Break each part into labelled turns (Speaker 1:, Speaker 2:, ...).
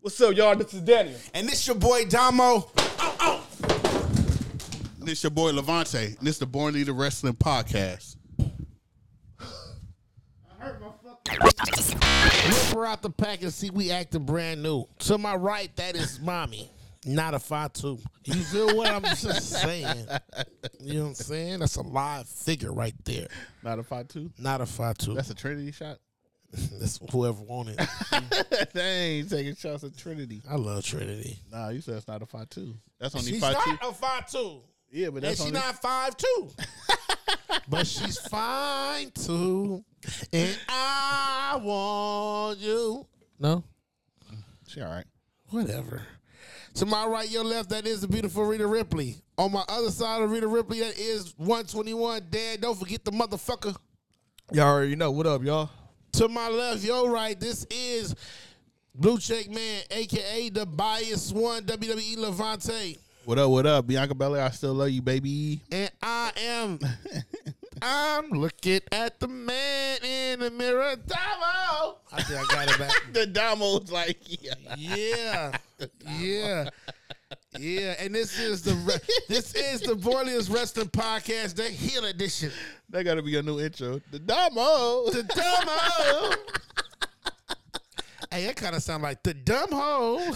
Speaker 1: What's up, y'all? This is Daniel.
Speaker 2: And this your boy Damo.
Speaker 3: And it's your boy Levante. And it's the Born Leader Wrestling Podcast.
Speaker 4: Look, we're out the pack and see we acting brand new. To my right, that is mommy, not a fatu. You feel what I'm just saying? You know what I'm saying? That's a live figure right there.
Speaker 1: Not a five two.
Speaker 4: Not a fatu.
Speaker 1: That's a Trinity shot.
Speaker 4: That's whoever wanted.
Speaker 1: they ain't taking shots at Trinity.
Speaker 4: I love Trinity.
Speaker 1: Nah, you said it's not a five two. That's only
Speaker 4: She's
Speaker 1: five
Speaker 4: not
Speaker 1: two.
Speaker 4: a fatu,
Speaker 1: Yeah, but
Speaker 4: and
Speaker 1: that's
Speaker 4: she's
Speaker 1: only.
Speaker 4: not five two. but she's fine too, and I want you. No,
Speaker 1: She all right.
Speaker 4: Whatever. To my right, your left, that is the beautiful Rita Ripley. On my other side of Rita Ripley, that is 121. Dad, don't forget the motherfucker.
Speaker 5: Y'all already know. What up, y'all?
Speaker 4: To my left, your right, this is Blue Check Man, aka the biased one, WWE Levante.
Speaker 1: What up? What up? Bianca Belair, I still love you, baby.
Speaker 4: And I am I'm looking at the man in the mirror. Damo! I think I got it back.
Speaker 1: The Damo's like, yeah.
Speaker 4: Yeah, yeah, yeah. And this is the re- this is the Borlius Wrestling Podcast, the Heel Edition.
Speaker 1: That got to be your new intro. The Damo.
Speaker 4: The dumb hoe. Hey, that kind of sound like the dumb hoe.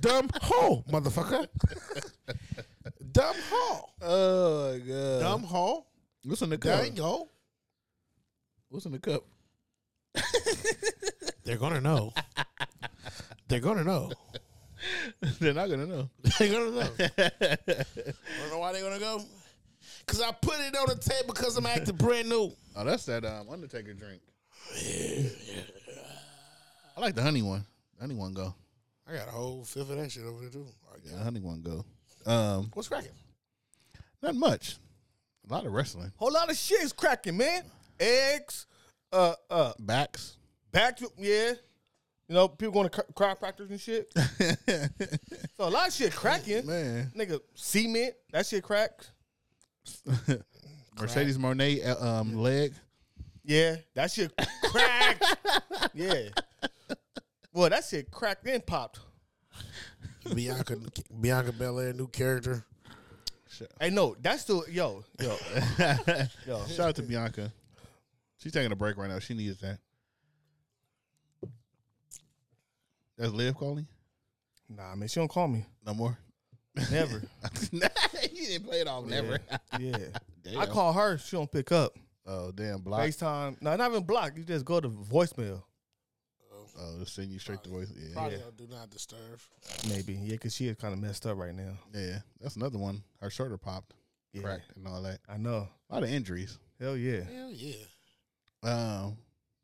Speaker 4: dumb hoe, motherfucker. dumb hoe.
Speaker 1: Oh my god.
Speaker 4: Dumb hoe.
Speaker 1: What's in the cup?
Speaker 4: Dang hoe.
Speaker 1: What's in the cup?
Speaker 4: They're gonna know. They're gonna know.
Speaker 1: They're not gonna know.
Speaker 4: They're gonna know. I don't know why they're gonna go. Cause I put it on the table because I'm acting brand new.
Speaker 1: Oh, that's that um, Undertaker drink. I like the honey one. The honey one go.
Speaker 4: I got a whole fifth of that shit over there too.
Speaker 1: Yeah, the honey one go. Um,
Speaker 4: What's cracking?
Speaker 1: not much. A lot of wrestling.
Speaker 5: Whole lot of shit is cracking, man. Eggs, uh, uh,
Speaker 1: Backs.
Speaker 5: back to yeah. You know, people going to cry practice and shit. so a lot of shit cracking,
Speaker 1: Man.
Speaker 5: Nigga, cement that shit cracks.
Speaker 1: Mercedes Monet uh, um, leg.
Speaker 5: Yeah, that shit cracked. yeah. Well, that shit cracked and popped.
Speaker 4: Bianca Bianca Belair, new character.
Speaker 5: Hey, no, that's still yo yo yo.
Speaker 1: Shout out to Bianca. She's taking a break right now. She needs that. That's Liv calling?
Speaker 5: Nah, man, she don't call me
Speaker 1: No more.
Speaker 5: never.
Speaker 1: you didn't play it off never.
Speaker 5: Yeah, I call her, she don't pick up.
Speaker 1: Oh damn block.
Speaker 5: FaceTime, no, not even block. You just go to voicemail.
Speaker 1: Oh, they'll send you straight to voice. Yeah.
Speaker 4: Probably do not disturb.
Speaker 5: Maybe, yeah, because she is kind of messed up right now.
Speaker 1: Yeah. That's another one. Her shoulder popped,
Speaker 5: Yeah,
Speaker 1: cracked and all that.
Speaker 5: I know.
Speaker 1: A lot of injuries.
Speaker 5: Hell yeah.
Speaker 4: Hell yeah.
Speaker 1: Um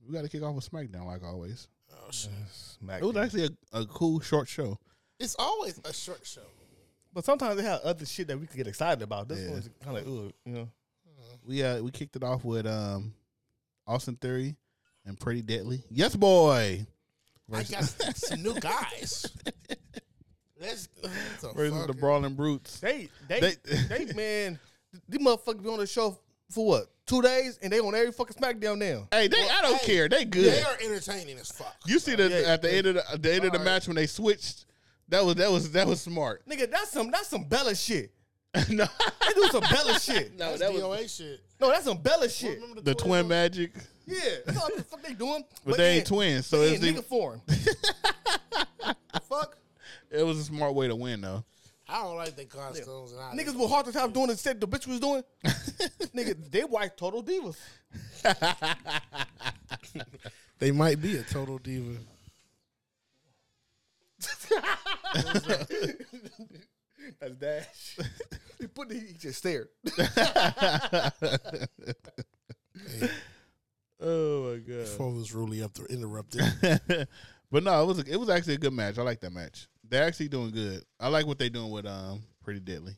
Speaker 1: we gotta kick off with SmackDown like always.
Speaker 4: Oh shit.
Speaker 5: Smack
Speaker 1: It was
Speaker 5: them.
Speaker 1: actually a, a cool short show.
Speaker 4: It's always a short show.
Speaker 5: but sometimes they have other shit that we could get excited about. This
Speaker 1: Yeah.
Speaker 5: one's kind of ugh, you know.
Speaker 1: We uh we kicked it off with um Austin Theory and Pretty Deadly. Yes, boy.
Speaker 4: I got some new guys. That's what the
Speaker 1: Versus
Speaker 4: fuck?
Speaker 1: the Brawling Brutes.
Speaker 5: They they
Speaker 1: They-
Speaker 5: they, man, th- these motherfuckers be on the show for what two days, and they on every fucking SmackDown now.
Speaker 1: Hey, they I don't
Speaker 4: hey,
Speaker 1: care. They good.
Speaker 4: They are entertaining as fuck.
Speaker 1: you see the
Speaker 5: Yeah,
Speaker 1: at the end of the, at the end of the match when they switched. That was that was that was smart.
Speaker 5: Nigga, that's some that's some Bella shit.
Speaker 1: no,
Speaker 5: They do some Bella shit.
Speaker 1: no,
Speaker 4: That's
Speaker 1: that was
Speaker 4: DOA shit.
Speaker 5: No, that's some Bella shit.
Speaker 4: Remember
Speaker 1: the twin magic.
Speaker 5: Yeah, that's all the fuck they doing.
Speaker 1: But, they
Speaker 5: yeah,
Speaker 1: ain't twins, so
Speaker 5: they
Speaker 1: it's
Speaker 5: in nigga form. fuck.
Speaker 1: it was a smart way to win though.
Speaker 4: I don't like the costumes. And I
Speaker 5: Niggas with heart attack doing the shit the bitch was doing. Nigga, they white total divas.
Speaker 4: they might be a total diva.
Speaker 5: That's Dash. he put the, he just stared.
Speaker 1: Oh my god.
Speaker 4: Before it was really up to interrupted.
Speaker 1: but no, it was it was actually a good match. I like that match. They're actually doing good. I like what they're doing with um Pretty Deadly.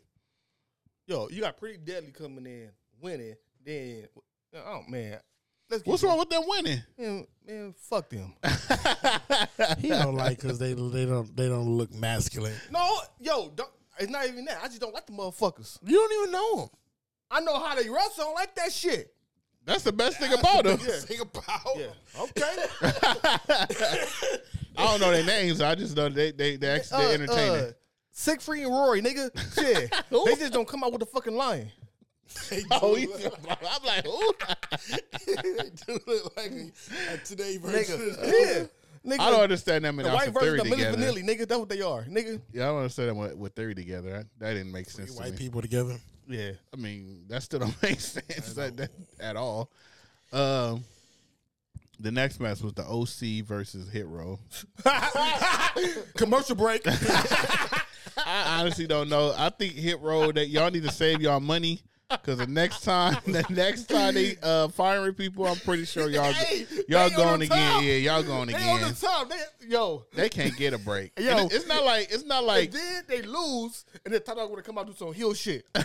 Speaker 5: Yo, you got pretty deadly coming in, winning, then oh man. Let's get
Speaker 1: What's
Speaker 5: this.
Speaker 1: wrong with them winning?
Speaker 5: Man, man, fuck them.
Speaker 4: he don't like because they they don't they don't look masculine.
Speaker 5: no, yo, don't, it's not even that. I just don't like the motherfuckers.
Speaker 4: You don't even know him.
Speaker 5: I know how they wrestle. I don't like that shit.
Speaker 1: That's the best thing about them.
Speaker 5: Uh,
Speaker 4: Think about
Speaker 5: Yeah. Okay.
Speaker 1: I don't know their names. I just know they they they actually
Speaker 5: Uh,
Speaker 1: they're entertaining.
Speaker 5: Siegfried and Rory, nigga. Shit. they just don't come out with a fucking lion.
Speaker 1: oh, he- I'm like, who?
Speaker 2: do look like a, a today version.
Speaker 5: Nigga. yeah. Nigga.
Speaker 1: I don't understand them and
Speaker 5: the white
Speaker 1: theory
Speaker 5: version of Milli
Speaker 1: together.
Speaker 5: Vanilli, nigga. That's what they are, nigga.
Speaker 1: Yeah, I don't understand them with, with theory together. I, that didn't make sense to me.
Speaker 4: White people together.
Speaker 5: Yeah.
Speaker 1: I mean, that still don't make sense at, that, at all. Um, the next match was the OC versus Hit Row.
Speaker 5: Commercial break.
Speaker 1: I honestly don't know. I think Hit Row that y'all need to save y'all money because the next time, the next time they uh, firing people, I'm pretty sure y'all
Speaker 5: Hey,
Speaker 1: y'all
Speaker 5: they on
Speaker 1: going
Speaker 5: the
Speaker 1: again.
Speaker 5: top.
Speaker 1: Yeah, y'all going
Speaker 5: they on the
Speaker 1: again.
Speaker 5: top. They, yo.
Speaker 1: They can't get a break.
Speaker 5: Yo.
Speaker 1: And it's not like it's not
Speaker 5: And
Speaker 1: like
Speaker 5: then they lose, and then Top Dog would come out and do some heel shit. nigga,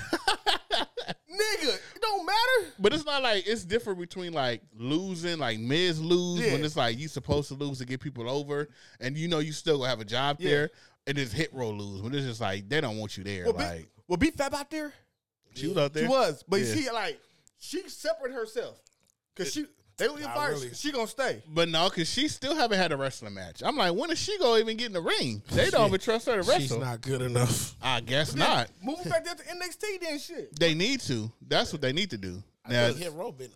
Speaker 5: it don't matter.
Speaker 1: But it's not like it's different between like losing, like Miz lose
Speaker 5: Yeah.
Speaker 1: when it's like you supposed to lose to get people over, and you know you still gonna have a job
Speaker 5: Yeah.
Speaker 1: there, and it's hit roll lose when it's just like they don't want you there.
Speaker 5: Well,
Speaker 1: like
Speaker 5: B, well, B Fab out there?
Speaker 1: she was out there.
Speaker 5: She was, but
Speaker 1: Yeah.
Speaker 5: she like she separated herself because she they don't even fire. her.
Speaker 4: really.
Speaker 5: She gonna stay.
Speaker 1: But no, cause she still haven't had a wrestling match. I'm like, when is she gonna even get in the ring? They don't even trust her to
Speaker 4: She's
Speaker 1: wrestle.
Speaker 4: not good enough.
Speaker 1: I guess not.
Speaker 5: Move her back there to NXT then shit.
Speaker 1: They need to. That's what they need to do.
Speaker 4: Yeah.
Speaker 1: Now
Speaker 4: Hit Row been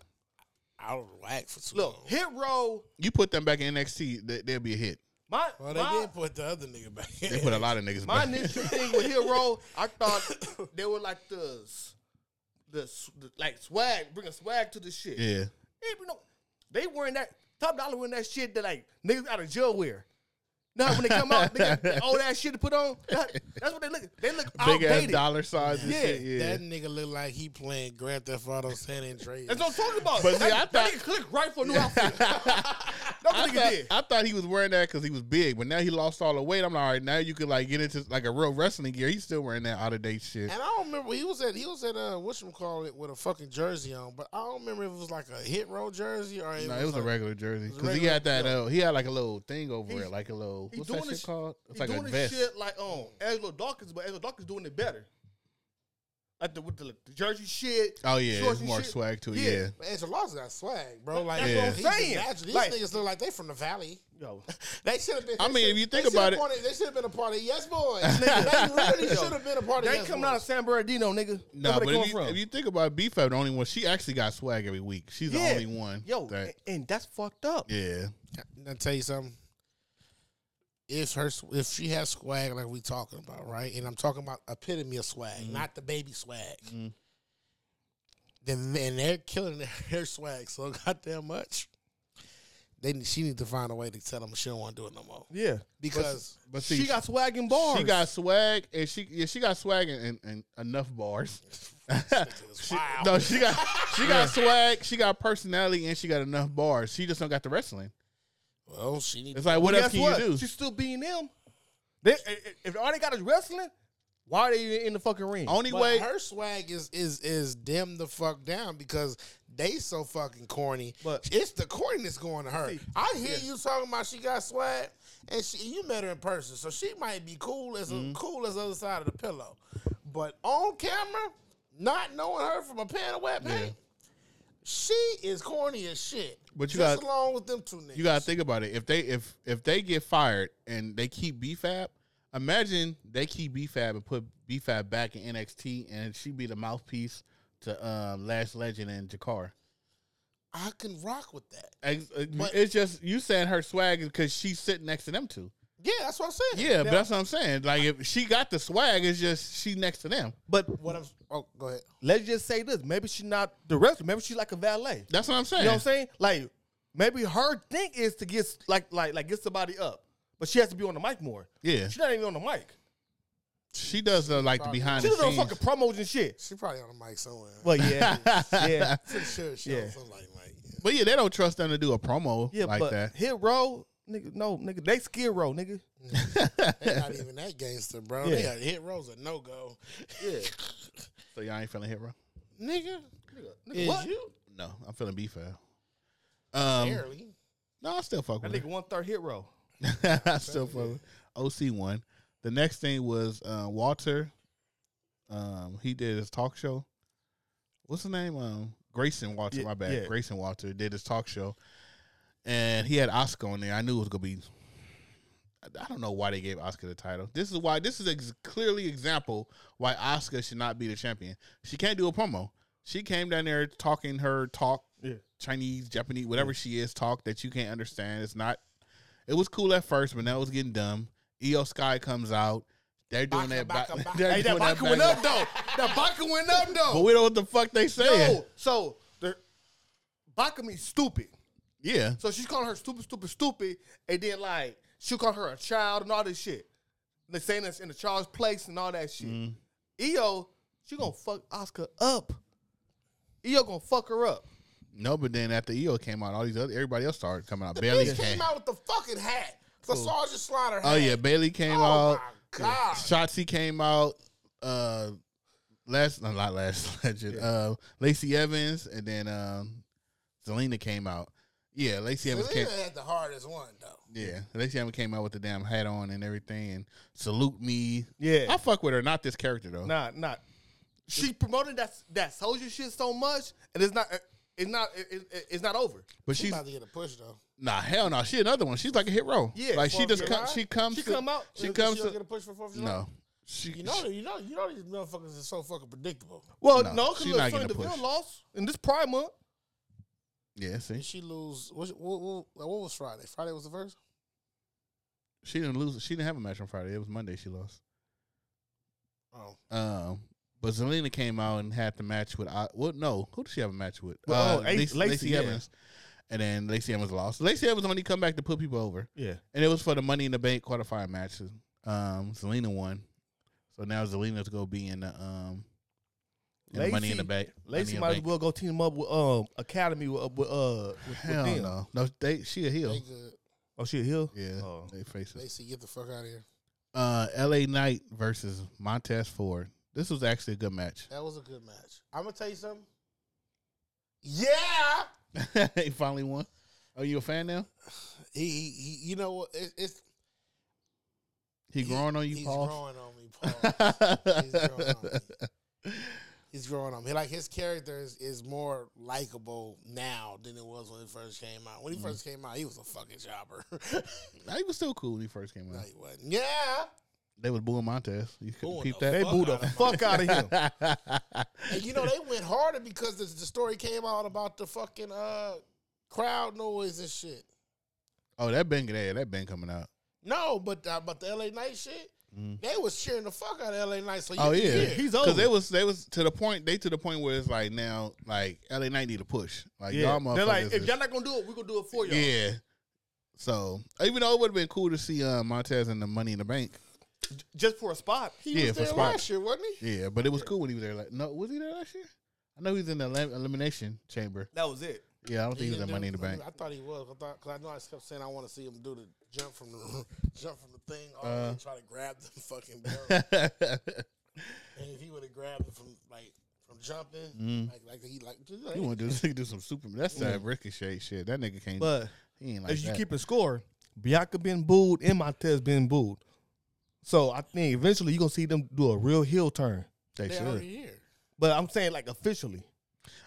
Speaker 4: out of whack for too
Speaker 5: Look, hit row.
Speaker 1: you put them back in NXT, they, they'll be a hit.
Speaker 5: My
Speaker 4: Well, they
Speaker 5: my,
Speaker 4: did put the other nigga back.
Speaker 1: They put a lot of niggas.
Speaker 5: my
Speaker 1: back.
Speaker 5: initial thing with hit row, I thought they were like the s- the, s- the like swag, bring a swag to the shit.
Speaker 1: Yeah,
Speaker 5: They, you know, they wearing that top dollar wearing that shit that like niggas out of jail wear. Now when they come out, they got all that shit to put on. That- that's what they look. They look
Speaker 1: big ass
Speaker 5: outdated.
Speaker 1: dollar size. and
Speaker 5: Yeah.
Speaker 1: shit, yeah.
Speaker 4: That nigga look like he playing Grand Theft Auto San Andreas.
Speaker 5: That's what I'm talking about.
Speaker 1: But see,
Speaker 5: that,
Speaker 1: I
Speaker 5: that
Speaker 1: thought-
Speaker 5: nigga clicked right for a new outfit. That's
Speaker 1: I
Speaker 5: what nigga did.
Speaker 1: thought, I thought he was wearing that because he was big, but now he lost all the weight. I'm like, all right, now you could like get into like a real wrestling gear. He's still wearing that out of date shit.
Speaker 4: And I don't remember he was at he was at uh whatchamacallit call it with a fucking jersey on, but I don't remember if it was like a hit row jersey or it
Speaker 1: No,
Speaker 4: was,
Speaker 1: it was a
Speaker 4: like-
Speaker 1: regular jersey
Speaker 4: was a
Speaker 1: because he
Speaker 4: regular-
Speaker 1: had that. Uh, he had like a little thing over
Speaker 5: He's-
Speaker 1: it, like a little
Speaker 5: he
Speaker 1: what's
Speaker 5: doing
Speaker 1: that shit
Speaker 5: this-
Speaker 1: called? It's
Speaker 5: He's
Speaker 1: like a
Speaker 5: doing
Speaker 1: vest.
Speaker 5: this shit like um Angelo Dawkins, but Angelo Dawkins doing it better. Like the with the, the jersey shit.
Speaker 1: Oh yeah,
Speaker 5: shorts
Speaker 1: it's
Speaker 5: and
Speaker 1: more
Speaker 5: shit.
Speaker 1: swag to it.
Speaker 5: Yeah.
Speaker 1: Yeah,
Speaker 4: But Angel Lawson got swag, bro. Like
Speaker 1: That's what I'm
Speaker 4: he's
Speaker 5: saying.
Speaker 4: natural. These
Speaker 5: Like-
Speaker 4: niggas look like they from the valley.
Speaker 5: Yo,
Speaker 4: They should have been.
Speaker 1: I
Speaker 4: they
Speaker 1: mean,
Speaker 4: should-
Speaker 1: if you
Speaker 4: they
Speaker 1: think
Speaker 4: should
Speaker 1: about
Speaker 4: have
Speaker 1: it-
Speaker 4: been a- they should have been a part of Yes Boys. Nigga, they really should have been a part of
Speaker 5: they
Speaker 4: Yes
Speaker 5: coming
Speaker 4: Boys.
Speaker 5: out of San Bernardino, nigga.
Speaker 1: no,
Speaker 5: That's
Speaker 1: but
Speaker 5: where they
Speaker 1: if
Speaker 5: coming
Speaker 1: you,
Speaker 5: from.
Speaker 1: if you think about B Fab, the only one she actually got swag every week. She's
Speaker 5: Yeah.
Speaker 1: the only one.
Speaker 5: yo, eh,
Speaker 1: that-
Speaker 5: and, and that's fucked up.
Speaker 1: yeah,
Speaker 4: And I'll tell you something. If her if she has swag like we talking about, right? And I'm talking about epitome of swag, not the baby swag. Then and they're killing her swag so goddamn much. They need- she need to find a way to tell them she don't want to do it no more
Speaker 5: Yeah,
Speaker 4: because
Speaker 1: but see,
Speaker 5: she got swag and bars.
Speaker 1: she got swag, and she yeah, she got swag and, and, and enough bars. She-
Speaker 4: wow.
Speaker 1: No, she got she got swag, she got personality, and she got enough bars. She just don't got the wrestling.
Speaker 4: well she need
Speaker 1: It's like what else
Speaker 5: Guess
Speaker 1: can
Speaker 5: what?
Speaker 1: you do?
Speaker 5: She's still being them. They, i- i- if all they got is wrestling, why are they even in the fucking ring?
Speaker 1: Only
Speaker 4: But
Speaker 1: way
Speaker 4: her swag is is is them the fuck down because they so fucking corny.
Speaker 5: But-
Speaker 4: it's the corniness going to her.
Speaker 5: See,
Speaker 4: I hear you talking about she got swag, and she you met her in person, so she might be cool as
Speaker 1: Mm-hmm.
Speaker 4: a, cool as the other side of the pillow, but on camera, not knowing her from a pan of wet paint, she is corny as shit.
Speaker 1: But you
Speaker 4: just
Speaker 1: got-
Speaker 4: along with them two niggas,
Speaker 1: you gotta think about it. If they if if they get fired and they keep BFAB, imagine they keep BFAB and put BFAB back in NXT, and she be the mouthpiece to um, Last Legend and Jakar.
Speaker 4: I can rock with that.
Speaker 1: Ex- uh,
Speaker 4: But-
Speaker 1: It's just you saying her swag is because she's sitting next to them two.
Speaker 4: Yeah, that's what I'm saying.
Speaker 1: Yeah, but that's what I'm saying. Like if she got the swag, it's just she next to them.
Speaker 5: But
Speaker 4: What I'm oh go ahead.
Speaker 5: let's just say this: maybe she's not the wrestler. Maybe she's like a valet.
Speaker 1: That's what I'm saying.
Speaker 5: You know what I'm saying? Like maybe her thing is to get like like like get somebody up, but she has to be on the mic more.
Speaker 1: Yeah.
Speaker 5: she's not even on the mic.
Speaker 1: She does uh, like the behind
Speaker 5: She
Speaker 1: the
Speaker 5: does on
Speaker 1: scenes.
Speaker 5: fucking promos and shit.
Speaker 4: She probably on the mic somewhere.
Speaker 5: Well, yeah, yeah,
Speaker 4: Pretty sure she
Speaker 5: Yeah.
Speaker 4: on something like, like yeah.
Speaker 1: But yeah, they don't trust them to do a promo
Speaker 5: yeah.
Speaker 1: like
Speaker 5: but
Speaker 1: that.
Speaker 5: hit row, nigga. No, nigga, they skid row, nigga.
Speaker 4: They not even that gangster, bro.
Speaker 5: Yeah.
Speaker 4: They got hit rows a no go. Yeah.
Speaker 1: So y'all ain't feeling hit row?
Speaker 4: nigga,
Speaker 5: Nigga,
Speaker 4: is
Speaker 5: what?
Speaker 4: you?
Speaker 1: No, I'm feeling B fab. Um,
Speaker 4: Barely.
Speaker 1: no, I still fuck
Speaker 5: That
Speaker 1: with
Speaker 5: nigga one third hit row.
Speaker 1: it. I still fuck with OC one. The next thing was uh, Walter. Um, he did his talk show. What's his name? Um, Grayson Walter.
Speaker 5: Yeah,
Speaker 1: my bad.
Speaker 5: yeah.
Speaker 1: Grayson Walter did his talk show, and he had Oscar on there. I knew it was gonna be I don't know why they gave Oscar the title. This is why. This is ex- clearly example why Oscar should not be the champion. She can't do a promo. She came down there talking her talk,
Speaker 5: Yeah.
Speaker 1: Chinese, Japanese, whatever she is, talk that you can't understand. It's not. It was cool at first, but now it's getting dumb. Io Sky comes out. They're doing
Speaker 4: Baka,
Speaker 1: that. back-
Speaker 4: baka, baka.
Speaker 1: they're
Speaker 5: Hey, that
Speaker 1: doing that
Speaker 5: Baca went
Speaker 1: back-
Speaker 5: up though. That Baca went up
Speaker 1: But
Speaker 5: though.
Speaker 1: we don't know what the fuck they saying.
Speaker 5: No, so the Baca means stupid.
Speaker 1: Yeah.
Speaker 5: So she's calling her stupid, stupid, stupid, and then like she'll call her a child and all this shit. Like saying that's in the child's place and all that shit.
Speaker 1: Mm-hmm.
Speaker 5: Io, she gonna fuck Oscar up. Io gonna fuck her up.
Speaker 1: No, but then after EO came out, all these other everybody else started coming out.
Speaker 4: The
Speaker 1: Bailey
Speaker 4: bitch
Speaker 1: came.
Speaker 4: came out with the fucking hat. The Sergeant Slaughter hat.
Speaker 1: Oh yeah, Bailey came
Speaker 4: Oh
Speaker 1: out.
Speaker 4: my god.
Speaker 1: Shotzi came out. Uh, last no, not last legend. Uh, Lacey Evans and then um, Zelina came out. Yeah, Lacey Evans came.
Speaker 4: Selena had the hardest one though.
Speaker 1: Yeah, Lacey Evans came out with the damn hat on and everything, and salute me.
Speaker 5: Yeah.
Speaker 1: I fuck with her. Not this character though.
Speaker 5: Nah, nah. She promoted that that soldier shit so much, and it's not uh, it's not it- it- it's not over.
Speaker 1: but
Speaker 4: She
Speaker 1: she's
Speaker 4: about to get a push though.
Speaker 1: nah, hell no. She another one. She's like a hit row.
Speaker 5: Yeah,
Speaker 1: like she
Speaker 5: Fourth
Speaker 1: just
Speaker 5: July.
Speaker 1: come, she comes.
Speaker 5: She
Speaker 1: to-
Speaker 5: come out.
Speaker 1: She comes.
Speaker 4: She
Speaker 1: to-
Speaker 4: don't get a push for Fourth of July?
Speaker 1: no. She,
Speaker 4: You know, you know, you know these motherfuckers are so fucking predictable.
Speaker 5: Well,
Speaker 1: No,
Speaker 5: no,
Speaker 1: she not getting
Speaker 5: because look, Sonya
Speaker 1: a push.
Speaker 5: Deville lost in this Pride month.
Speaker 1: yeah, see,
Speaker 4: Did she lose? What, what, what, what was Friday? Friday was the first.
Speaker 1: she didn't lose. She didn't have a match on Friday. It was Monday. She lost.
Speaker 4: Oh,
Speaker 1: Um, but Zelina came out and had the match with. Uh, well, no, who did she have a match with? uh,
Speaker 5: Well, oh, Ace-
Speaker 1: Lacey,
Speaker 5: Lacey,
Speaker 1: Lacey
Speaker 5: yeah.
Speaker 1: Evans. And then Lacey Evans lost. Lacey Evans only come back to put people over,
Speaker 5: Yeah.
Speaker 1: and it was for the Money in the Bank quarterfire matches. Um, Zelina won, so now Zelina's gonna be in the um, in the Money in the Bank.
Speaker 5: Lacey might
Speaker 1: Money
Speaker 5: as
Speaker 1: in the
Speaker 5: well go team up with um Academy with uh, with, uh, with,
Speaker 1: Bank.
Speaker 5: with
Speaker 1: Hell
Speaker 5: them.
Speaker 1: no, no, they she a heel.
Speaker 4: they good.
Speaker 5: Oh shit, Hill.
Speaker 1: Yeah,
Speaker 5: Oh.
Speaker 1: they faces.
Speaker 4: Lacey, get the fuck out of here.
Speaker 1: Uh, L.A. Knight versus Montez Ford. This was actually a good match.
Speaker 4: That was a good match. I'm gonna tell you something. Yeah.
Speaker 1: he finally won. Oh, you a fan now?
Speaker 4: He, he, he you know what? It, it's
Speaker 1: He growing on you,
Speaker 4: he's
Speaker 1: Paul.
Speaker 4: growing on me, Paul. he's growing on me. He's growing on me. Like his character is, is more likable now than it was when it first came out.
Speaker 1: Mm.
Speaker 4: When he first came out, he was a fucking jobber.
Speaker 1: Nah, he was still cool when he first came
Speaker 4: no,
Speaker 1: out.
Speaker 4: he wasn't. Yeah.
Speaker 1: They was booing Montez. You couldn't
Speaker 4: Booing
Speaker 1: peep
Speaker 4: the
Speaker 1: that.
Speaker 5: They booed the
Speaker 4: outta
Speaker 5: fuck out of him.
Speaker 4: And you know they went harder because the, the story came out about the fucking uh crowd noise and shit.
Speaker 1: oh, that been yeah, that been coming out.
Speaker 4: No, but uh, but the LA Night shit, they was cheering the fuck out of LA Night. So you
Speaker 1: Mm. Oh
Speaker 4: could
Speaker 1: yeah,
Speaker 4: hear it.
Speaker 5: he's over.
Speaker 1: Because they was they was to the point they to the point where it's like now like LA Knight need a push. Like
Speaker 5: Yeah.
Speaker 1: y'all motherfuckers.
Speaker 5: They're like, if
Speaker 1: is-
Speaker 5: y'all not gonna do it, we gonna do it for y'all.
Speaker 1: yeah. So even though it would have been cool to see uh, Montez and the Money in the Bank.
Speaker 5: Just for a spot.
Speaker 4: He
Speaker 1: yeah,
Speaker 4: was
Speaker 1: for
Speaker 4: there
Speaker 1: spot.
Speaker 4: last year, wasn't he?
Speaker 1: Yeah, but it was cool when he was there. Like, no, was he there last year? I know he's in the elim- elimination chamber.
Speaker 5: That was it.
Speaker 1: Yeah, I don't think he's in the
Speaker 4: didn't do
Speaker 1: Money in
Speaker 4: it.
Speaker 1: the Bank.
Speaker 4: I thought he was. I thought because I know I just kept saying I want to see him do the jump from the jump from the thing, all the
Speaker 1: Uh.
Speaker 4: way and try to grab the fucking barrel. and if he would have grabbed it from like from jumping, like like he like,
Speaker 1: Mm. you want to do, do some super? That's that ricochet shit. That nigga can't.
Speaker 5: But
Speaker 1: he ain't like
Speaker 5: if you
Speaker 1: that.
Speaker 5: keep a score, Bianca been booed and Montez been booed. So I think eventually you're gonna see them do a real heel turn.
Speaker 1: they
Speaker 4: they
Speaker 1: should.
Speaker 4: already here.
Speaker 5: But I'm saying like officially.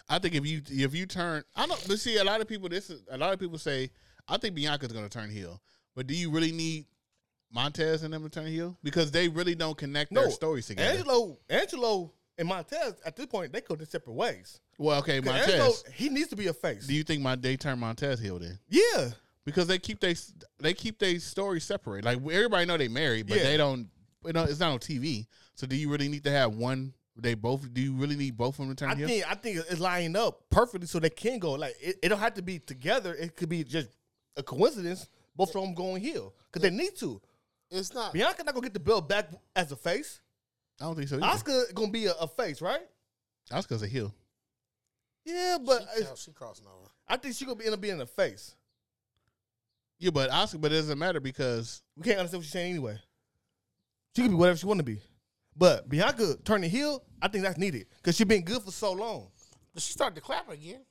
Speaker 1: I think if you if you turn, I don't. But see, a lot of people. This is a lot of people say. I think Bianca's going to turn heel, but do you really need Montez and them to turn heel because they really don't connect their stories together?
Speaker 5: Angelo, Angelo and Montez at this point they go their separate ways.
Speaker 1: well, okay,
Speaker 5: 'Cause
Speaker 1: Montez.
Speaker 5: Angelo, he needs to be a face.
Speaker 1: do you think my they turn Montez heel then?
Speaker 5: yeah,
Speaker 1: Because they keep they they keep their stories separate. Like everybody know they married, but
Speaker 5: Yeah.
Speaker 1: they don't. You know, it's not on TV. So do you really need to have one? They both. Do you really need both of them to turn
Speaker 5: I
Speaker 1: heel?
Speaker 5: think I think it's lining up perfectly so they can go. Like it, it don't have to be together. It could be just a coincidence. Both of them going heel because they need to.
Speaker 4: It's not.
Speaker 5: Bianca not gonna get the belt back as a face.
Speaker 1: I don't think so. Either.
Speaker 5: Oscar gonna be a, a face, right?
Speaker 1: Oscar's a heel.
Speaker 5: Yeah, but
Speaker 4: she,
Speaker 5: it's-
Speaker 4: she crossing over.
Speaker 5: I think she gonna be end up being a face.
Speaker 1: Yeah, but Oscar. But it doesn't matter because
Speaker 5: We can't understand what she's saying anyway. She could be whatever she want to be, but Bianca turning heel, I think that's needed because she been good for so long.
Speaker 4: But she started to clap again.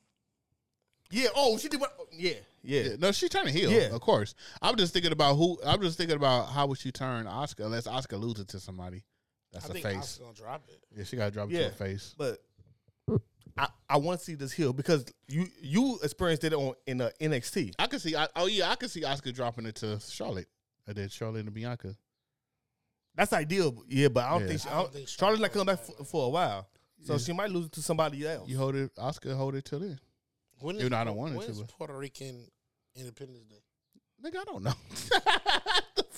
Speaker 5: Yeah. Oh, she did what? Yeah. Yeah.
Speaker 1: Yeah, no, she's trying to heal.
Speaker 5: Yeah.
Speaker 1: of course. I'm just thinking about who. I'm just thinking about how would she turn Oscar unless Oscar loses to somebody. That's
Speaker 4: I
Speaker 1: a
Speaker 4: think
Speaker 1: face.
Speaker 4: Oscar gonna drop it.
Speaker 1: Yeah, she got to drop it to
Speaker 5: Yeah.
Speaker 1: her face.
Speaker 5: But I, I want to see this heel because you you experienced it on in uh, NXT.
Speaker 1: I could see. I, oh yeah, I could see Oscar dropping it to Charlotte And then Charlotte and Bianca.
Speaker 5: That's ideal, but- yeah. But I don't
Speaker 1: Yeah.
Speaker 5: think, she, I don't, Charlotte's not coming back for, for a while, so she might lose it to somebody else.
Speaker 1: You hold it, Oscar hold it till then.
Speaker 4: When
Speaker 1: Even though I don't want it
Speaker 4: when
Speaker 1: to,
Speaker 4: is
Speaker 1: but-
Speaker 4: Puerto Rican Independence Day?
Speaker 1: Nigga, I don't know.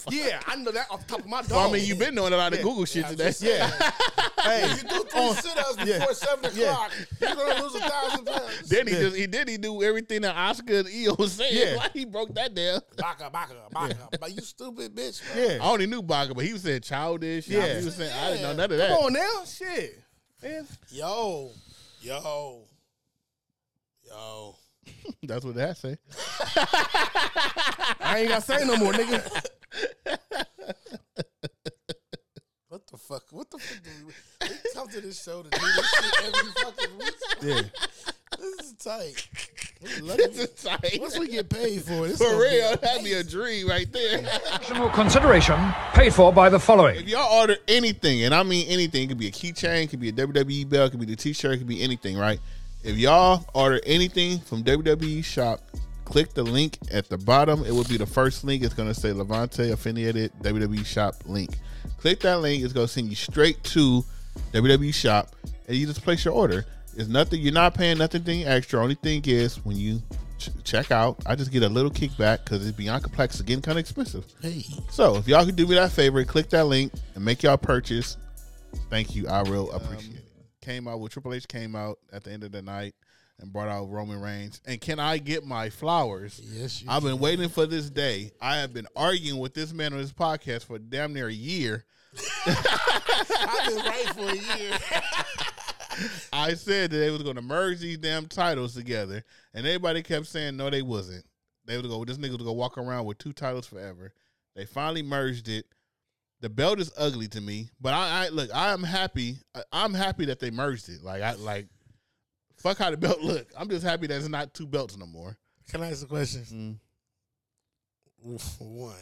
Speaker 5: Yeah, I know that off the top of my dog.
Speaker 1: I mean, you've been doing a lot of
Speaker 5: Yeah.
Speaker 1: Google shit
Speaker 4: I was
Speaker 1: today.
Speaker 4: just saying.
Speaker 5: yeah. hey,
Speaker 2: You do three sit-ups before seven o'clock. You're gonna lose a thousand pounds.
Speaker 1: Then he just he did he do everything that Oscar and EO was saying.
Speaker 5: Yeah.
Speaker 1: Why he broke that down?
Speaker 4: Baka, baka, baka. But you stupid bitch. bro.
Speaker 5: yeah.
Speaker 1: I only knew Baga, but he was saying childish. Yeah,
Speaker 5: Yeah.
Speaker 1: he was saying I didn't know none of that.
Speaker 5: Come on now, shit. Man,
Speaker 4: Yo, yo, yo.
Speaker 1: That's what that say.
Speaker 5: I ain't got to say no more, nigga.
Speaker 4: What the fuck? What the fuck? Do we, we come to this show to do this shit every fucking week.
Speaker 5: Yeah,
Speaker 4: This is tight. We
Speaker 1: This
Speaker 4: lucky.
Speaker 1: is tight.
Speaker 4: Once we get paid for it, it's
Speaker 1: For
Speaker 4: gonna be
Speaker 1: real, that'd be a dream right there.
Speaker 6: Additional consideration paid for by the following.
Speaker 1: If y'all order anything, and I mean anything, it could be a keychain, it could be a WWE belt, it could be the t-shirt, it could be anything, right? If y'all order anything from WWE shop, click the link at the bottom. It will be the first link. It's gonna say Levante affiliated WWE shop link. Click that link, it's gonna send you straight to WWE shop and you just place your order. It's nothing you're not paying nothing thing extra. Only thing is when you ch- check out, I just get a little kickback because it's Bianca Plex is getting kind of expensive.
Speaker 4: Hey,
Speaker 1: So if y'all could do me that favor, click that link and make y'all purchase. Thank you. I real appreciate it. Um, Came out with Triple H came out at the end of the night and brought out Roman Reigns. And can I get my flowers?
Speaker 4: Yes, you
Speaker 1: I've been waiting for this day. I have been arguing with this man on this podcast for damn near a year.
Speaker 4: I've been right for a year.
Speaker 1: I said that they was gonna merge these damn titles together, and everybody kept saying no, they wasn't. They would go, this nigga was gonna walk around with two titles forever. They finally merged it. The belt is ugly to me, but I, I look, I am happy. I, I'm happy that they merged it. Like I like, fuck how the belt look. I'm just happy that it's not two belts no more.
Speaker 4: Can I ask a question? One,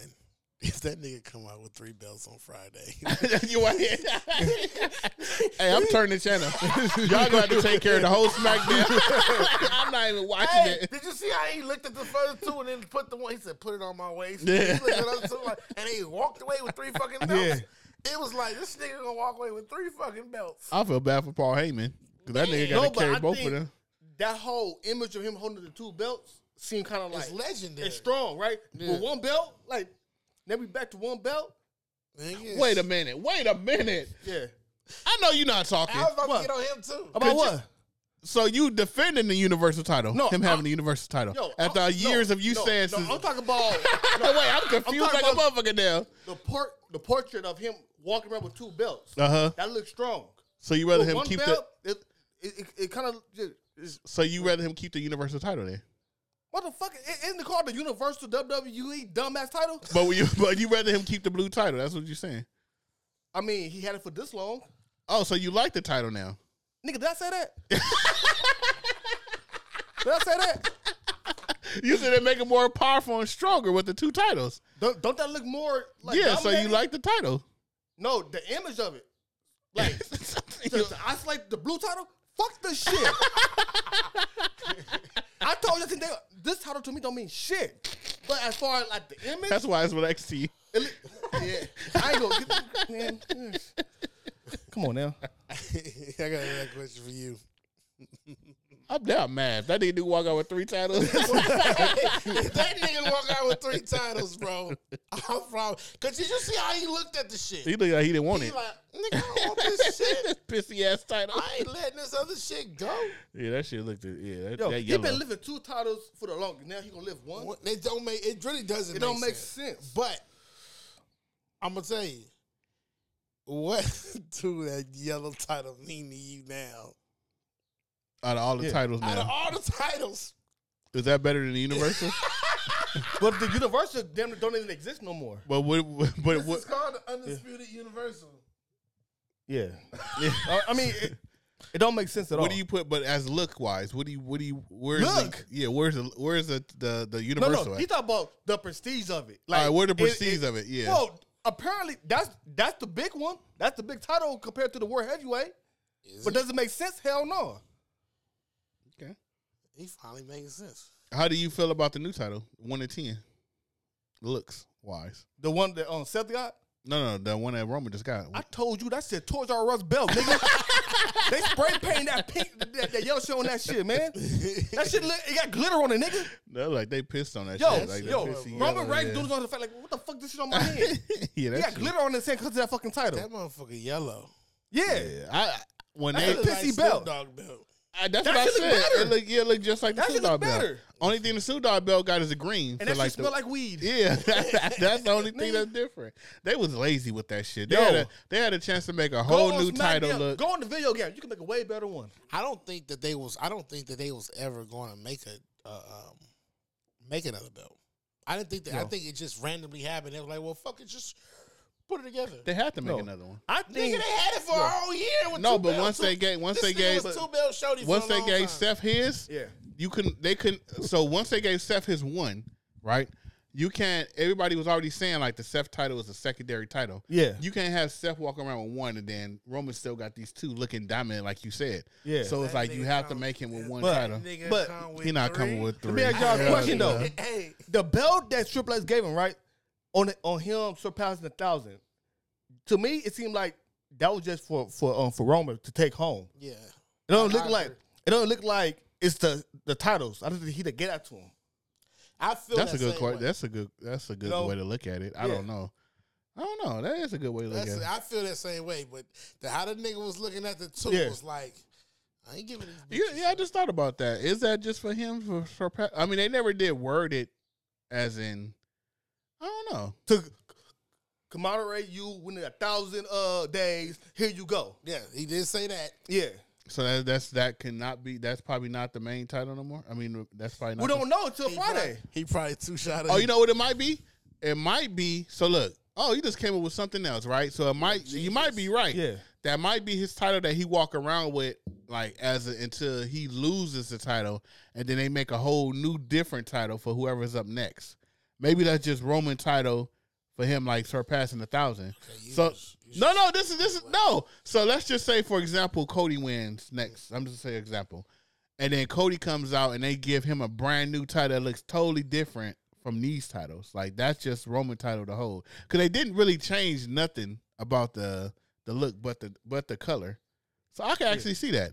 Speaker 4: if that nigga come out with three belts on Friday,
Speaker 1: you want it? hey, I'm turning the channel. Y'all gonna have to take care of the whole SmackDown. I'm not even watching
Speaker 2: Hey,
Speaker 1: it.
Speaker 2: did you see how he looked at the first two and then put the one? He said, "Put it on my waist."
Speaker 1: Yeah.
Speaker 2: He looked at us two like, and he walked away with three fucking belts. It was like this nigga gonna walk away with three fucking belts.
Speaker 1: I feel bad for Paul Heyman because that nigga
Speaker 5: No,
Speaker 1: got to
Speaker 5: but
Speaker 1: carry
Speaker 5: I
Speaker 1: both
Speaker 5: think-
Speaker 1: of them.
Speaker 5: that whole image of him holding the two belts seemed kind of like
Speaker 4: it's legendary.
Speaker 5: it's strong, right? With one belt, like then we back to one belt.
Speaker 4: Nigga,
Speaker 1: Wait a minute. Wait a minute.
Speaker 5: Yeah,
Speaker 1: I know you're not talking.
Speaker 2: I was about
Speaker 5: What?
Speaker 2: to get on him too.
Speaker 5: about what?
Speaker 1: So you defending the universal title?
Speaker 5: No,
Speaker 1: him having
Speaker 5: I-
Speaker 1: the universal title
Speaker 5: Yo,
Speaker 1: after
Speaker 5: I'm-
Speaker 1: years
Speaker 5: no,
Speaker 1: of you
Speaker 5: no,
Speaker 1: saying.
Speaker 5: no,
Speaker 1: since-
Speaker 5: I'm talking about
Speaker 1: No, wait, I'm confused
Speaker 5: talking
Speaker 1: like
Speaker 5: about-
Speaker 1: a motherfucker now.
Speaker 5: the part, the portrait of him walking around with two belts.
Speaker 1: Uh huh.
Speaker 5: That looks strong.
Speaker 1: So you rather
Speaker 5: With
Speaker 1: him
Speaker 5: one
Speaker 1: keep the?
Speaker 5: belt, it, it, it, it kind of is
Speaker 1: So you rather him keep the universal title then?
Speaker 5: motherfucker. i- Isn't it called the Universal WWE dumbass title?
Speaker 1: But you, but you rather him keep the blue title? That's what you're saying.
Speaker 5: I mean, he had it for this long.
Speaker 1: Oh, so you like the title now?
Speaker 5: Nigga, did I say that? did I say that?
Speaker 1: You said they make it more powerful and stronger with the two titles.
Speaker 5: Don't, don't that look more like
Speaker 1: yeah. So you
Speaker 5: dominating?
Speaker 1: like the title?
Speaker 5: No, the image of it. Like to,
Speaker 1: You-
Speaker 5: to isolate the blue title? Fuck this shit. I told you today, this title to me don't mean shit. But as far as like the image,
Speaker 1: that's why it's with XT.
Speaker 5: it look- yeah, I ain't gonna get the- man, yes. Come on now.
Speaker 4: I got another question for you.
Speaker 1: I'm down mad. If That nigga do walk out with three titles.
Speaker 4: If that nigga walk out with three titles, bro, I'm probably. Cause did you see how he looked at the shit?
Speaker 1: He looked like he didn't want
Speaker 4: He
Speaker 1: it.
Speaker 4: like, nigga, I don't want this shit.
Speaker 1: Pissy ass title.
Speaker 4: I ain't letting this other shit go.
Speaker 1: Yeah, that shit looked. Yeah, that,
Speaker 5: Yo,
Speaker 1: that
Speaker 5: he
Speaker 1: yellow.
Speaker 5: been living two titles for the longest. Now he gonna live one.
Speaker 4: What- They don't make it. Really doesn't.
Speaker 5: It don't
Speaker 4: make
Speaker 5: make
Speaker 4: sense.
Speaker 5: sense.
Speaker 4: But I'm gonna tell you what do that yellow title mean to you now?
Speaker 1: out of all the titles
Speaker 4: Out of
Speaker 1: now,
Speaker 4: all the titles,
Speaker 1: is that better than the Universal?
Speaker 5: But the universal damn near don't even exist no more.
Speaker 1: but what? what- But
Speaker 2: This
Speaker 1: what?
Speaker 2: is called the Undisputed Universal.
Speaker 5: Yeah. Uh, I mean, it, it don't make sense at all.
Speaker 1: What do you put? But as look wise, what do you? What do you? Where's
Speaker 5: Look!
Speaker 1: The, yeah, where's the? Where's the the the
Speaker 5: No,
Speaker 1: Universal?
Speaker 5: no,
Speaker 1: at?
Speaker 5: he talking about the prestige of it.
Speaker 1: all right, where the
Speaker 5: it- it-
Speaker 1: prestige of it? Yeah,
Speaker 5: Well, apparently that's that's the big one. That's the big title compared to the world heavyweight. but does it make sense? Hell no.
Speaker 1: okay.
Speaker 4: he finally makes sense.
Speaker 1: How do you feel about the new title? One to ten. Looks Wise.
Speaker 5: The one that on um, Seth got.
Speaker 1: No, no, the one that Roman just got.
Speaker 5: I told you that said Toys R Us belt, nigga. they spray painted that pink, that, that yellow shit on that shit, man. That shit, lit- it got glitter on it, nigga.
Speaker 1: They're like they pissed on that
Speaker 5: Yo,
Speaker 1: shit. Like, they
Speaker 5: yo,
Speaker 1: pissed you
Speaker 5: Roman
Speaker 1: yellow,
Speaker 5: Reigns
Speaker 1: yeah.
Speaker 5: doing this on the fact, like, what the fuck this shit on my hand?
Speaker 1: yeah,
Speaker 5: He
Speaker 1: that
Speaker 5: got
Speaker 1: shit-
Speaker 5: glitter on his hand because of that fucking title.
Speaker 4: That motherfucker yellow.
Speaker 5: yeah.
Speaker 1: Yeah, I I- when
Speaker 5: That
Speaker 1: they
Speaker 5: shit look like
Speaker 1: pissy
Speaker 5: Snoop
Speaker 1: belt.
Speaker 5: Dogg.
Speaker 4: Dog belt.
Speaker 1: I, that's
Speaker 5: That
Speaker 1: what I
Speaker 5: shit look
Speaker 1: said.
Speaker 5: better.
Speaker 1: It look, yeah, it look just like the
Speaker 5: That shit
Speaker 1: Snoop Dogg
Speaker 5: look
Speaker 1: belt.
Speaker 5: better.
Speaker 1: Only thing the Snoop Dogg belt got is the green.
Speaker 5: And
Speaker 1: so
Speaker 5: that shit
Speaker 1: the-
Speaker 5: smelled like weed.
Speaker 1: Yeah, that's the only thing that's different. They was lazy with that shit. They,
Speaker 5: Yo.
Speaker 1: had a, they had a chance to make a
Speaker 5: Go
Speaker 1: whole
Speaker 5: on
Speaker 1: new
Speaker 5: SmackDown.
Speaker 1: title look.
Speaker 5: Go on the video game. You can make a way better one.
Speaker 4: I don't think that they was. I don't think that they was ever going to make a uh, um, make another belt. I didn't think that. I think it just randomly happened. They was like, well, fuck it, just put it together.
Speaker 1: They had to make
Speaker 5: No.
Speaker 1: another one.
Speaker 5: I
Speaker 4: Nigga,
Speaker 5: think
Speaker 4: they had it for a whole year. With
Speaker 1: No,
Speaker 4: two
Speaker 1: but
Speaker 4: belts.
Speaker 1: once they gave- once
Speaker 4: This
Speaker 1: they
Speaker 4: nigga
Speaker 1: gave-
Speaker 4: was two belt shorty.
Speaker 1: Once
Speaker 4: for a
Speaker 1: they
Speaker 4: long
Speaker 1: gave
Speaker 4: time.
Speaker 1: Steph his,
Speaker 5: Yeah.
Speaker 1: you couldn't. They couldn't. So once they gave Steph his one, right? You can't. Everybody was already saying like the Steph title is a secondary title.
Speaker 5: Yeah.
Speaker 1: you can't have Steph walking around with one, and then Roman still got these two looking dominant, like you said.
Speaker 5: Yeah.
Speaker 1: so it's
Speaker 4: That
Speaker 1: like you
Speaker 4: nigga
Speaker 1: have to
Speaker 4: come-
Speaker 1: make him with one
Speaker 5: But-
Speaker 1: title.
Speaker 4: Nigga
Speaker 5: but
Speaker 4: come with
Speaker 1: He not
Speaker 4: three.
Speaker 1: coming with three.
Speaker 5: Let me ask y'all a
Speaker 1: Yeah,
Speaker 5: question
Speaker 1: yeah.
Speaker 5: though.
Speaker 4: Hey,
Speaker 5: The belt that Triple H gave him, right? On on him surpassing a thousand. To me, it seemed like that was just for for um for Roman to take home.
Speaker 4: yeah.
Speaker 5: It don't look
Speaker 4: I
Speaker 5: like
Speaker 4: agree.
Speaker 5: it don't look like it's the the titles. I don't think he to get that to him.
Speaker 4: I feel
Speaker 1: That's
Speaker 4: that
Speaker 1: a good
Speaker 4: same
Speaker 1: question.
Speaker 4: way.
Speaker 1: That's a good. That's a good
Speaker 5: No.
Speaker 1: way to look at it. I
Speaker 5: Yeah.
Speaker 1: don't know. I don't know. That is a good way to look
Speaker 4: That's
Speaker 1: at it.
Speaker 4: I feel that same way, but the, how the nigga was looking at the two
Speaker 5: Yeah.
Speaker 4: was like, I ain't giving these
Speaker 1: Yeah,
Speaker 4: bitches.
Speaker 1: yeah, I just thought about that. Is that just for him? For, for Pat- I mean, they never did word it as in. I don't know.
Speaker 5: To commemorate you winning a thousand uh days. Here you go.
Speaker 4: Yeah, he did say that.
Speaker 5: Yeah.
Speaker 1: So that, that's that cannot be. That's probably not the main title no more. I mean, that's probably not.
Speaker 5: We
Speaker 1: the-
Speaker 5: don't know until
Speaker 4: He
Speaker 5: Friday.
Speaker 4: Probably, he probably two shot.
Speaker 1: Oh, you know what it might be? It might be. So look. Oh, you just came up with something else, right? So it might. You might be right.
Speaker 5: Yeah.
Speaker 1: That might be his title that he walk around with, like as a, until he loses the title, and then they make a whole new different title for whoever's up next. Maybe that's just Roman title for him, like surpassing a thousand. so no, no, this is this is no. So let's just say, for example, Cody wins next. I'm just saying example, and then Cody comes out and they give him a brand new title that looks totally different from these titles. Like that's just Roman title to hold because they didn't really change nothing about the the look, but the but the color. So I can actually see that.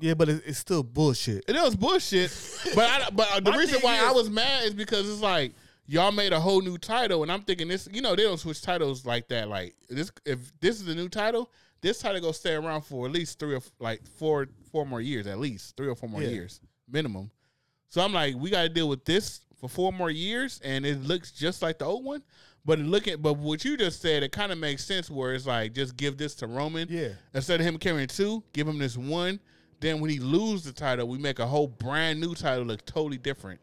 Speaker 5: Yeah, but it's still bullshit.
Speaker 1: And it was bullshit. But I, but uh, the
Speaker 5: My
Speaker 1: reason
Speaker 5: thing
Speaker 1: why I
Speaker 5: is-
Speaker 1: was mad is because it's like y'all made a whole new title, and I'm thinking this. You know, they don't switch titles like that. Like this, if this is the new title, this title gonna stay around for at least three or f- like four four more years, at least three or four more
Speaker 5: Yeah.
Speaker 1: years minimum. So I'm like, we got to deal with this for four more years, and it looks just like the old one. But look at but what you just said, it kind of makes sense where it's like just give this to Roman,
Speaker 5: Yeah.
Speaker 1: Instead of him carrying two, give him this one. Then when he lose the title, we make a whole brand new title look totally different.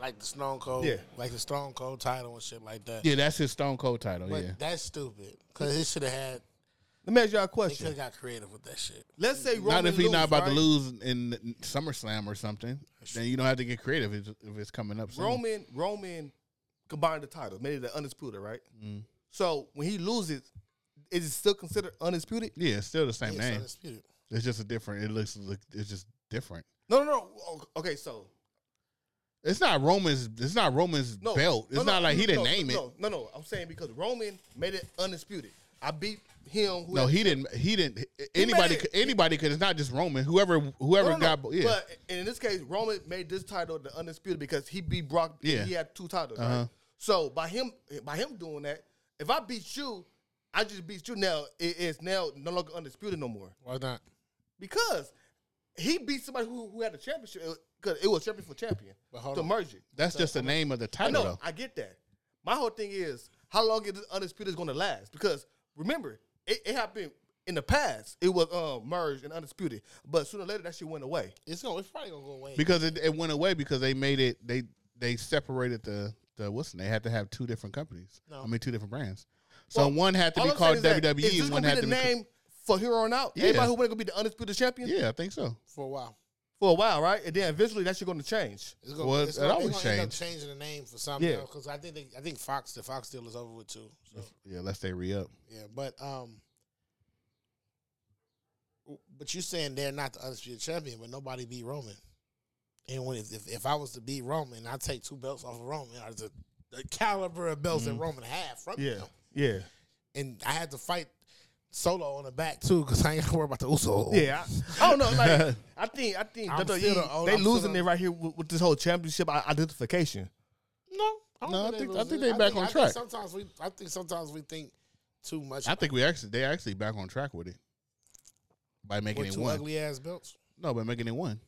Speaker 4: like the Stone Cold,
Speaker 5: Yeah.
Speaker 4: like the Stone Cold title and shit like that.
Speaker 1: Yeah, that's his Stone Cold title.
Speaker 4: but
Speaker 1: yeah,
Speaker 4: that's stupid because he should have had.
Speaker 5: Let me ask y'all a
Speaker 4: They could
Speaker 5: question.
Speaker 4: have got creative with that shit.
Speaker 5: Let's say Roman
Speaker 1: not if he's not about
Speaker 5: right?
Speaker 1: to lose in SummerSlam or something. Then you don't have to get creative if, if it's coming up. Soon.
Speaker 5: Roman Roman combined the titles, made it the undisputed, right?
Speaker 1: Mm-hmm.
Speaker 5: So when he loses, is it still considered undisputed?
Speaker 1: yeah, it's still the same
Speaker 4: Yeah, so
Speaker 1: name.
Speaker 4: disputed.
Speaker 1: It's just a different. It looks. look- It's just different.
Speaker 5: No, no, no. O- Okay, so
Speaker 1: It's not Roman's. It's not Roman's
Speaker 5: no
Speaker 1: belt. It's
Speaker 5: no, no,
Speaker 1: not like he
Speaker 5: no,
Speaker 1: didn't
Speaker 5: no,
Speaker 1: name it.
Speaker 5: No, no, no. I'm saying because Roman made it undisputed. I beat him.
Speaker 1: No, he didn't. He didn't. Anybody.
Speaker 5: made
Speaker 1: could,
Speaker 5: it.
Speaker 1: anybody could. It's not just Roman. Whoever. Whoever
Speaker 5: No, no,
Speaker 1: got.
Speaker 5: no.
Speaker 1: Yeah.
Speaker 5: But in this case, Roman made this title the undisputed because he beat Brock.
Speaker 1: Yeah.
Speaker 5: He had two titles.
Speaker 1: Uh-huh.
Speaker 5: Right? So by him by him doing that, if I beat you, I just beat you. Now it is now no longer undisputed no more.
Speaker 4: Why not?
Speaker 5: Because he beat somebody who, who had a championship because it was champion for champion
Speaker 4: hold
Speaker 5: to
Speaker 4: on.
Speaker 5: merge it.
Speaker 1: that's just the name of the
Speaker 5: I
Speaker 1: title.
Speaker 5: know,
Speaker 1: though.
Speaker 5: I get that. My whole thing is how long is this undisputed going to last? Because remember, it, it happened in the past. It was um, merged and undisputed, but sooner or later that shit went away.
Speaker 4: It's gonna. It's probably gonna go away.
Speaker 1: because it, it went away because they made it they they separated the the what's the name? they had to have two different companies
Speaker 4: No.
Speaker 1: i mean two different brands so
Speaker 5: Well,
Speaker 1: one had to
Speaker 5: All
Speaker 1: be
Speaker 5: I'm
Speaker 1: called
Speaker 5: saying is that, is
Speaker 1: wwe
Speaker 5: this
Speaker 1: and one
Speaker 5: gonna
Speaker 1: had
Speaker 5: be
Speaker 1: to be
Speaker 5: the name for here on out.
Speaker 1: Yeah.
Speaker 5: Everybody who went to be the undisputed champion
Speaker 1: yeah i think so
Speaker 4: for a while.
Speaker 5: for a while, right? And then eventually that shit going to change.
Speaker 4: It's gonna,
Speaker 1: Well,
Speaker 4: it's
Speaker 1: it
Speaker 4: gonna,
Speaker 1: always
Speaker 4: they gonna end up
Speaker 1: changed.
Speaker 4: changing the name for something
Speaker 5: Yeah.
Speaker 4: else because I think they, I think Fox the Fox deal is over with too. So
Speaker 1: yeah let's stay re-up
Speaker 4: yeah, but um, but you saying they're not the undisputed champion, but nobody beat Roman. And when if, if I was to beat Roman, I take two belts off of Roman or the the caliber of belts
Speaker 1: Mm.
Speaker 4: that Roman had from
Speaker 5: Yeah,
Speaker 4: him.
Speaker 5: yeah,
Speaker 4: And I had to fight Solo on the back too because I ain't got to worry about the Uso.
Speaker 5: yeah. I, I don't know. Like, I think, I think
Speaker 4: I'm
Speaker 5: WWE,
Speaker 4: still the old-
Speaker 5: they
Speaker 4: I'm still
Speaker 5: losing
Speaker 4: the-
Speaker 5: it right here with, with this whole championship i- identification.
Speaker 4: No, I don't
Speaker 1: No, I
Speaker 4: they
Speaker 1: think- I
Speaker 4: lose
Speaker 1: think
Speaker 4: it.
Speaker 1: they back on
Speaker 4: I
Speaker 1: track.
Speaker 4: Think sometimes we, I think sometimes we think too much.
Speaker 1: I think we actually they actually back on track with it by making
Speaker 4: with
Speaker 1: it
Speaker 4: two
Speaker 1: one.
Speaker 4: ugly ass belts.
Speaker 1: No, by making it one.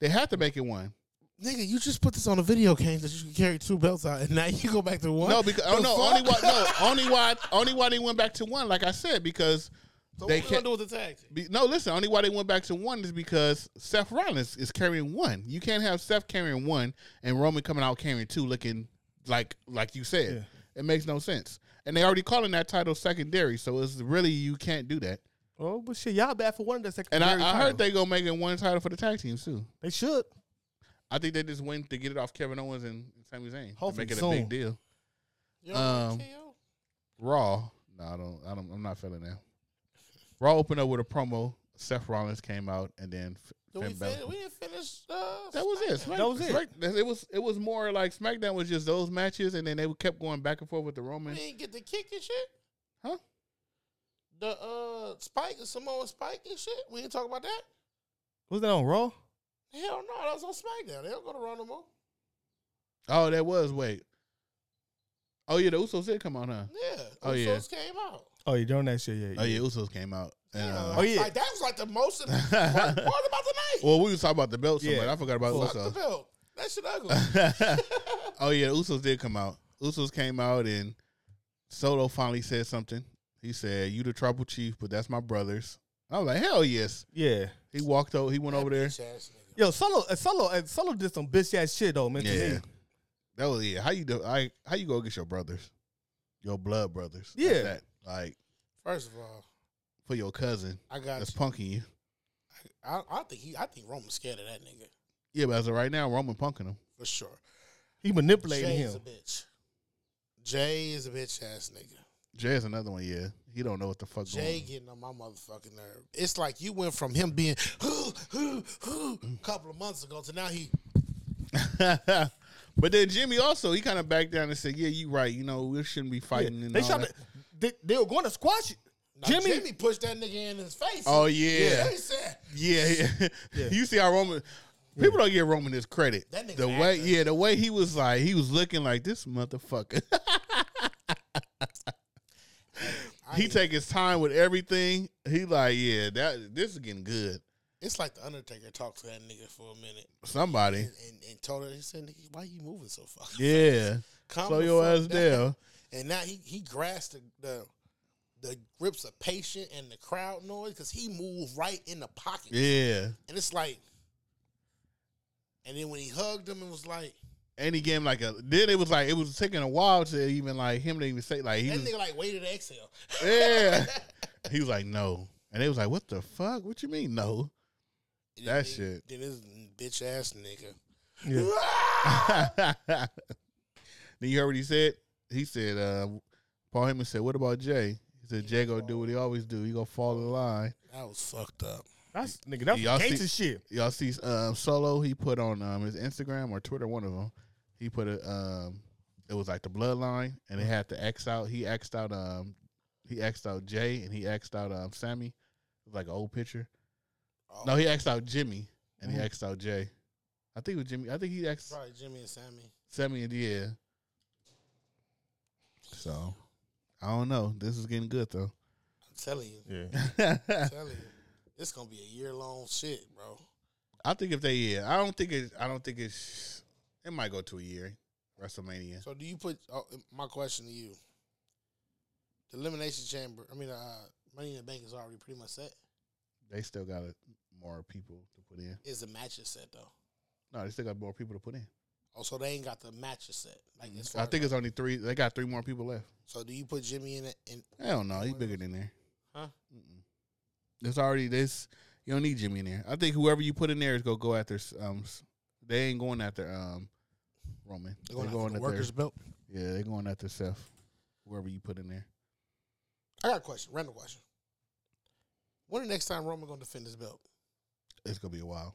Speaker 1: They have to make it one.
Speaker 4: Nigga, you just put this on a video game that you can carry two belts out, and now you go back to one.
Speaker 1: No, because oh
Speaker 4: The
Speaker 1: no,
Speaker 4: fuck?
Speaker 1: only why no, only why only why they went back to one. Like I said, because they
Speaker 4: what we gonna
Speaker 1: can't.
Speaker 4: do with the tag team?
Speaker 1: Be, no, listen. Only why they went back to one is because Seth Rollins is carrying one. You can't have Seth carrying one and Roman coming out carrying two, looking like like you said. It makes no sense. And they already calling that title secondary, so it's really you can't do that.
Speaker 5: Oh, but shit, y'all bad for one of the
Speaker 1: And
Speaker 5: secondary.
Speaker 1: I, I
Speaker 5: title.
Speaker 1: heard they go making one title for the tag teams too.
Speaker 5: they should.
Speaker 1: I think they just went to get it off Kevin Owens and Sami Zayn. to
Speaker 5: Hopefully
Speaker 1: make it
Speaker 5: soon.
Speaker 1: a big deal.
Speaker 4: You don't like
Speaker 1: Um,
Speaker 4: KO?
Speaker 1: Raw. No, I don't. I don't. I'm not feeling that. Raw opened up with a promo. Seth Rollins came out, and then F-
Speaker 4: Do we,
Speaker 1: Finn Balor-
Speaker 4: fin- we didn't finish. Uh,
Speaker 1: That was it.
Speaker 4: SmackDown.
Speaker 1: Smack-
Speaker 5: That was it.
Speaker 1: Smack- it was it was more like SmackDown was just those matches, and then they kept going back and forth with the
Speaker 4: We
Speaker 1: Roman.
Speaker 4: didn't get the kick and shit.
Speaker 1: Huh?
Speaker 4: The uh, Spike Samoa Spike and shit. We didn't talk about that.
Speaker 5: Was that on Raw?
Speaker 4: Hell no, that was on SmackDown. They don't go to Raw no more.
Speaker 1: Oh, that was wait. Oh yeah, the Usos did come out, huh?
Speaker 4: Yeah,
Speaker 1: Oh,
Speaker 4: Usos
Speaker 1: yeah.
Speaker 4: came out.
Speaker 5: Oh, you doing that shit? Yeah.
Speaker 1: Oh yeah, Usos came out. And,
Speaker 4: Yeah,
Speaker 1: uh,
Speaker 4: like,
Speaker 5: yeah.
Speaker 4: like, that was like the most important part about the night.
Speaker 1: well, we was talking about the belt so
Speaker 5: Yeah.
Speaker 1: much. I forgot about
Speaker 4: Fuck the
Speaker 1: Usos.
Speaker 4: belt. That shit ugly.
Speaker 1: oh yeah, the Usos did come out. Usos came out, and Solo finally said something. He said, "You the tribal chief, but that's my brothers." I was like, "Hell yes."
Speaker 5: Yeah.
Speaker 1: He walked over. He went over there.
Speaker 4: Bitch ass nigga.
Speaker 5: Yo, solo, uh, solo, uh, solo did some bitch ass shit though, man. to
Speaker 1: Yeah.
Speaker 5: me.
Speaker 1: That was yeah. How you do? I how you go get your brothers, your blood brothers? That's
Speaker 5: Yeah.
Speaker 1: that. like
Speaker 4: First of all,
Speaker 1: for your cousin
Speaker 4: I got.
Speaker 1: that's
Speaker 4: You.
Speaker 1: punking you.
Speaker 4: I, I think he. I think Roman's scared of that nigga
Speaker 1: Yeah, but as of right now, Roman punking him.
Speaker 4: for sure.
Speaker 5: He manipulated
Speaker 4: Jay
Speaker 5: him.
Speaker 4: is a bitch. Jay is a bitch ass nigga.
Speaker 1: Jay is another one. Yeah, he don't know what the fuck.
Speaker 4: Jay
Speaker 1: going
Speaker 4: getting on my motherfucking nerve. It's like you went from him being a couple of months ago to now he
Speaker 1: on. but then Jimmy also he kind of backed down and said, "Yeah, you right. You know we shouldn't be
Speaker 5: Yeah,
Speaker 1: fighting." And
Speaker 5: They
Speaker 1: all
Speaker 5: tried
Speaker 1: that.
Speaker 5: to, they, they were going to squash it.
Speaker 4: now
Speaker 5: Jimmy,
Speaker 4: Jimmy, pushed that nigga in his face.
Speaker 1: Oh yeah,
Speaker 4: Jay said
Speaker 1: yeah. yeah. you see how Roman. People don't give Roman his credit.
Speaker 4: That nigga's
Speaker 1: the
Speaker 4: an
Speaker 1: way,
Speaker 4: actor.
Speaker 1: yeah, the way he was like, he was looking like this motherfucker. he take his time with everything. He like, yeah, that this is getting good.
Speaker 4: it's like the Undertaker talked to that nigga for a minute
Speaker 1: Somebody,
Speaker 4: and, and, and told her he said, "Nigga, why you moving so far?
Speaker 1: yeah,
Speaker 4: Calm
Speaker 1: slow
Speaker 4: the
Speaker 1: your
Speaker 4: fuck
Speaker 1: ass
Speaker 4: down."
Speaker 1: down.
Speaker 4: And now he he grasped the the, the grips of patient and the crowd noise because he moved right in the pocket.
Speaker 1: Yeah,
Speaker 4: And it's like, and then when he hugged him, it was like.
Speaker 1: and he gave him like a. Then it was like it was taking a while to even like him to even say like he
Speaker 4: That
Speaker 1: was
Speaker 4: nigga like waited to exhale.
Speaker 1: yeah. he was like no, and they was like, what the fuck? What you mean no?
Speaker 4: And
Speaker 1: That
Speaker 4: then-
Speaker 1: shit.
Speaker 4: Then this bitch ass nigga.
Speaker 1: then you heard what he said? He said, uh, Paul Heyman said, What about Jay? He said, Jay gonna do what he always do. He gonna fall in line.
Speaker 4: That was fucked up.
Speaker 5: that's nigga, that's
Speaker 1: Y'all see-
Speaker 5: gangster shit.
Speaker 1: Y'all see um, Solo, he put on um, his Instagram or Twitter, one of them, he put a, um, it was like the bloodline, and they had to X out. He X'd out, um, he X'd out Jay, and he X'd out um, Sammy. It was like an old picture.
Speaker 4: Oh,
Speaker 1: No, he X'd out Jimmy, and he X'd out Jay. I think it was Jimmy. I think he X'd
Speaker 4: Probably Jimmy and Sammy.
Speaker 1: Sammy and yeah. So I don't know. This is getting good though.
Speaker 4: I'm telling you.
Speaker 5: Yeah.
Speaker 4: I'm telling you. It's gonna be a year long shit, bro.
Speaker 1: I think if they yeah, I don't think it I don't think it's it might go to a year. WrestleMania.
Speaker 4: So do you put oh, my question to you? The elimination chamber. I mean, uh, Money in the Bank is already pretty much set.
Speaker 1: They still got a, more people to put in.
Speaker 4: Is the matches set though?
Speaker 1: No, they still got more people to put in.
Speaker 4: Oh, so they ain't got the matches set. Like as
Speaker 1: Mm-hmm.
Speaker 4: far
Speaker 1: I
Speaker 4: as-
Speaker 1: think it's only three. They got three more people left.
Speaker 4: so. Do you put Jimmy in it? In,
Speaker 1: I don't know. He's bigger than there.
Speaker 4: Huh?
Speaker 1: Mm-mm. There's already this. You don't need Jimmy in there. I think whoever you put in there is gonna go after. Um, s- they ain't going after um, Roman.
Speaker 4: they're going after the workers belt.
Speaker 1: Yeah, they're going after Seth. Whoever you put in there.
Speaker 4: I got a question. Random question. When the next time Roman gonna defend his belt?
Speaker 1: It's gonna be a while.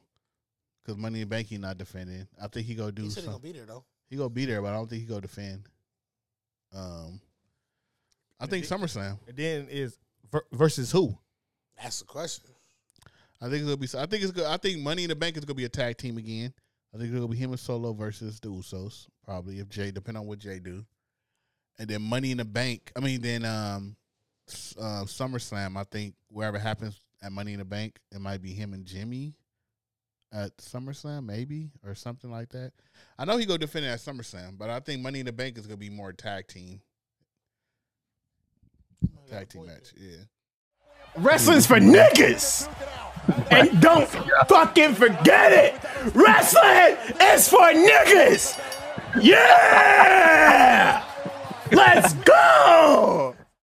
Speaker 1: Cause Money in Bank he not defending. I think he gonna do
Speaker 4: He said he
Speaker 1: something.
Speaker 4: gonna be there though.
Speaker 1: He, He gonna be there, but I don't think he gonna defend. Um, I think SummerSlam.
Speaker 5: And then is ver- versus who?
Speaker 4: That's the question.
Speaker 1: I think it'll be. I think it's good. I think Money in the Bank is gonna be a tag team again. I think it'll be him and Solo versus the Usos probably if Jay, depending on what Jay do. And then Money in the Bank. I mean, then um, s- uh, SummerSlam. I think wherever happens at Money in the Bank, it might be him and Jimmy at SummerSlam, maybe or something like that. I know he go defend it at SummerSlam, but I think Money in the Bank is gonna be more tag team. Tag team match, yeah.
Speaker 7: Wrestling's for niggas. And don't fucking forget it. Wrestling is for niggas. Yeah. Let's go.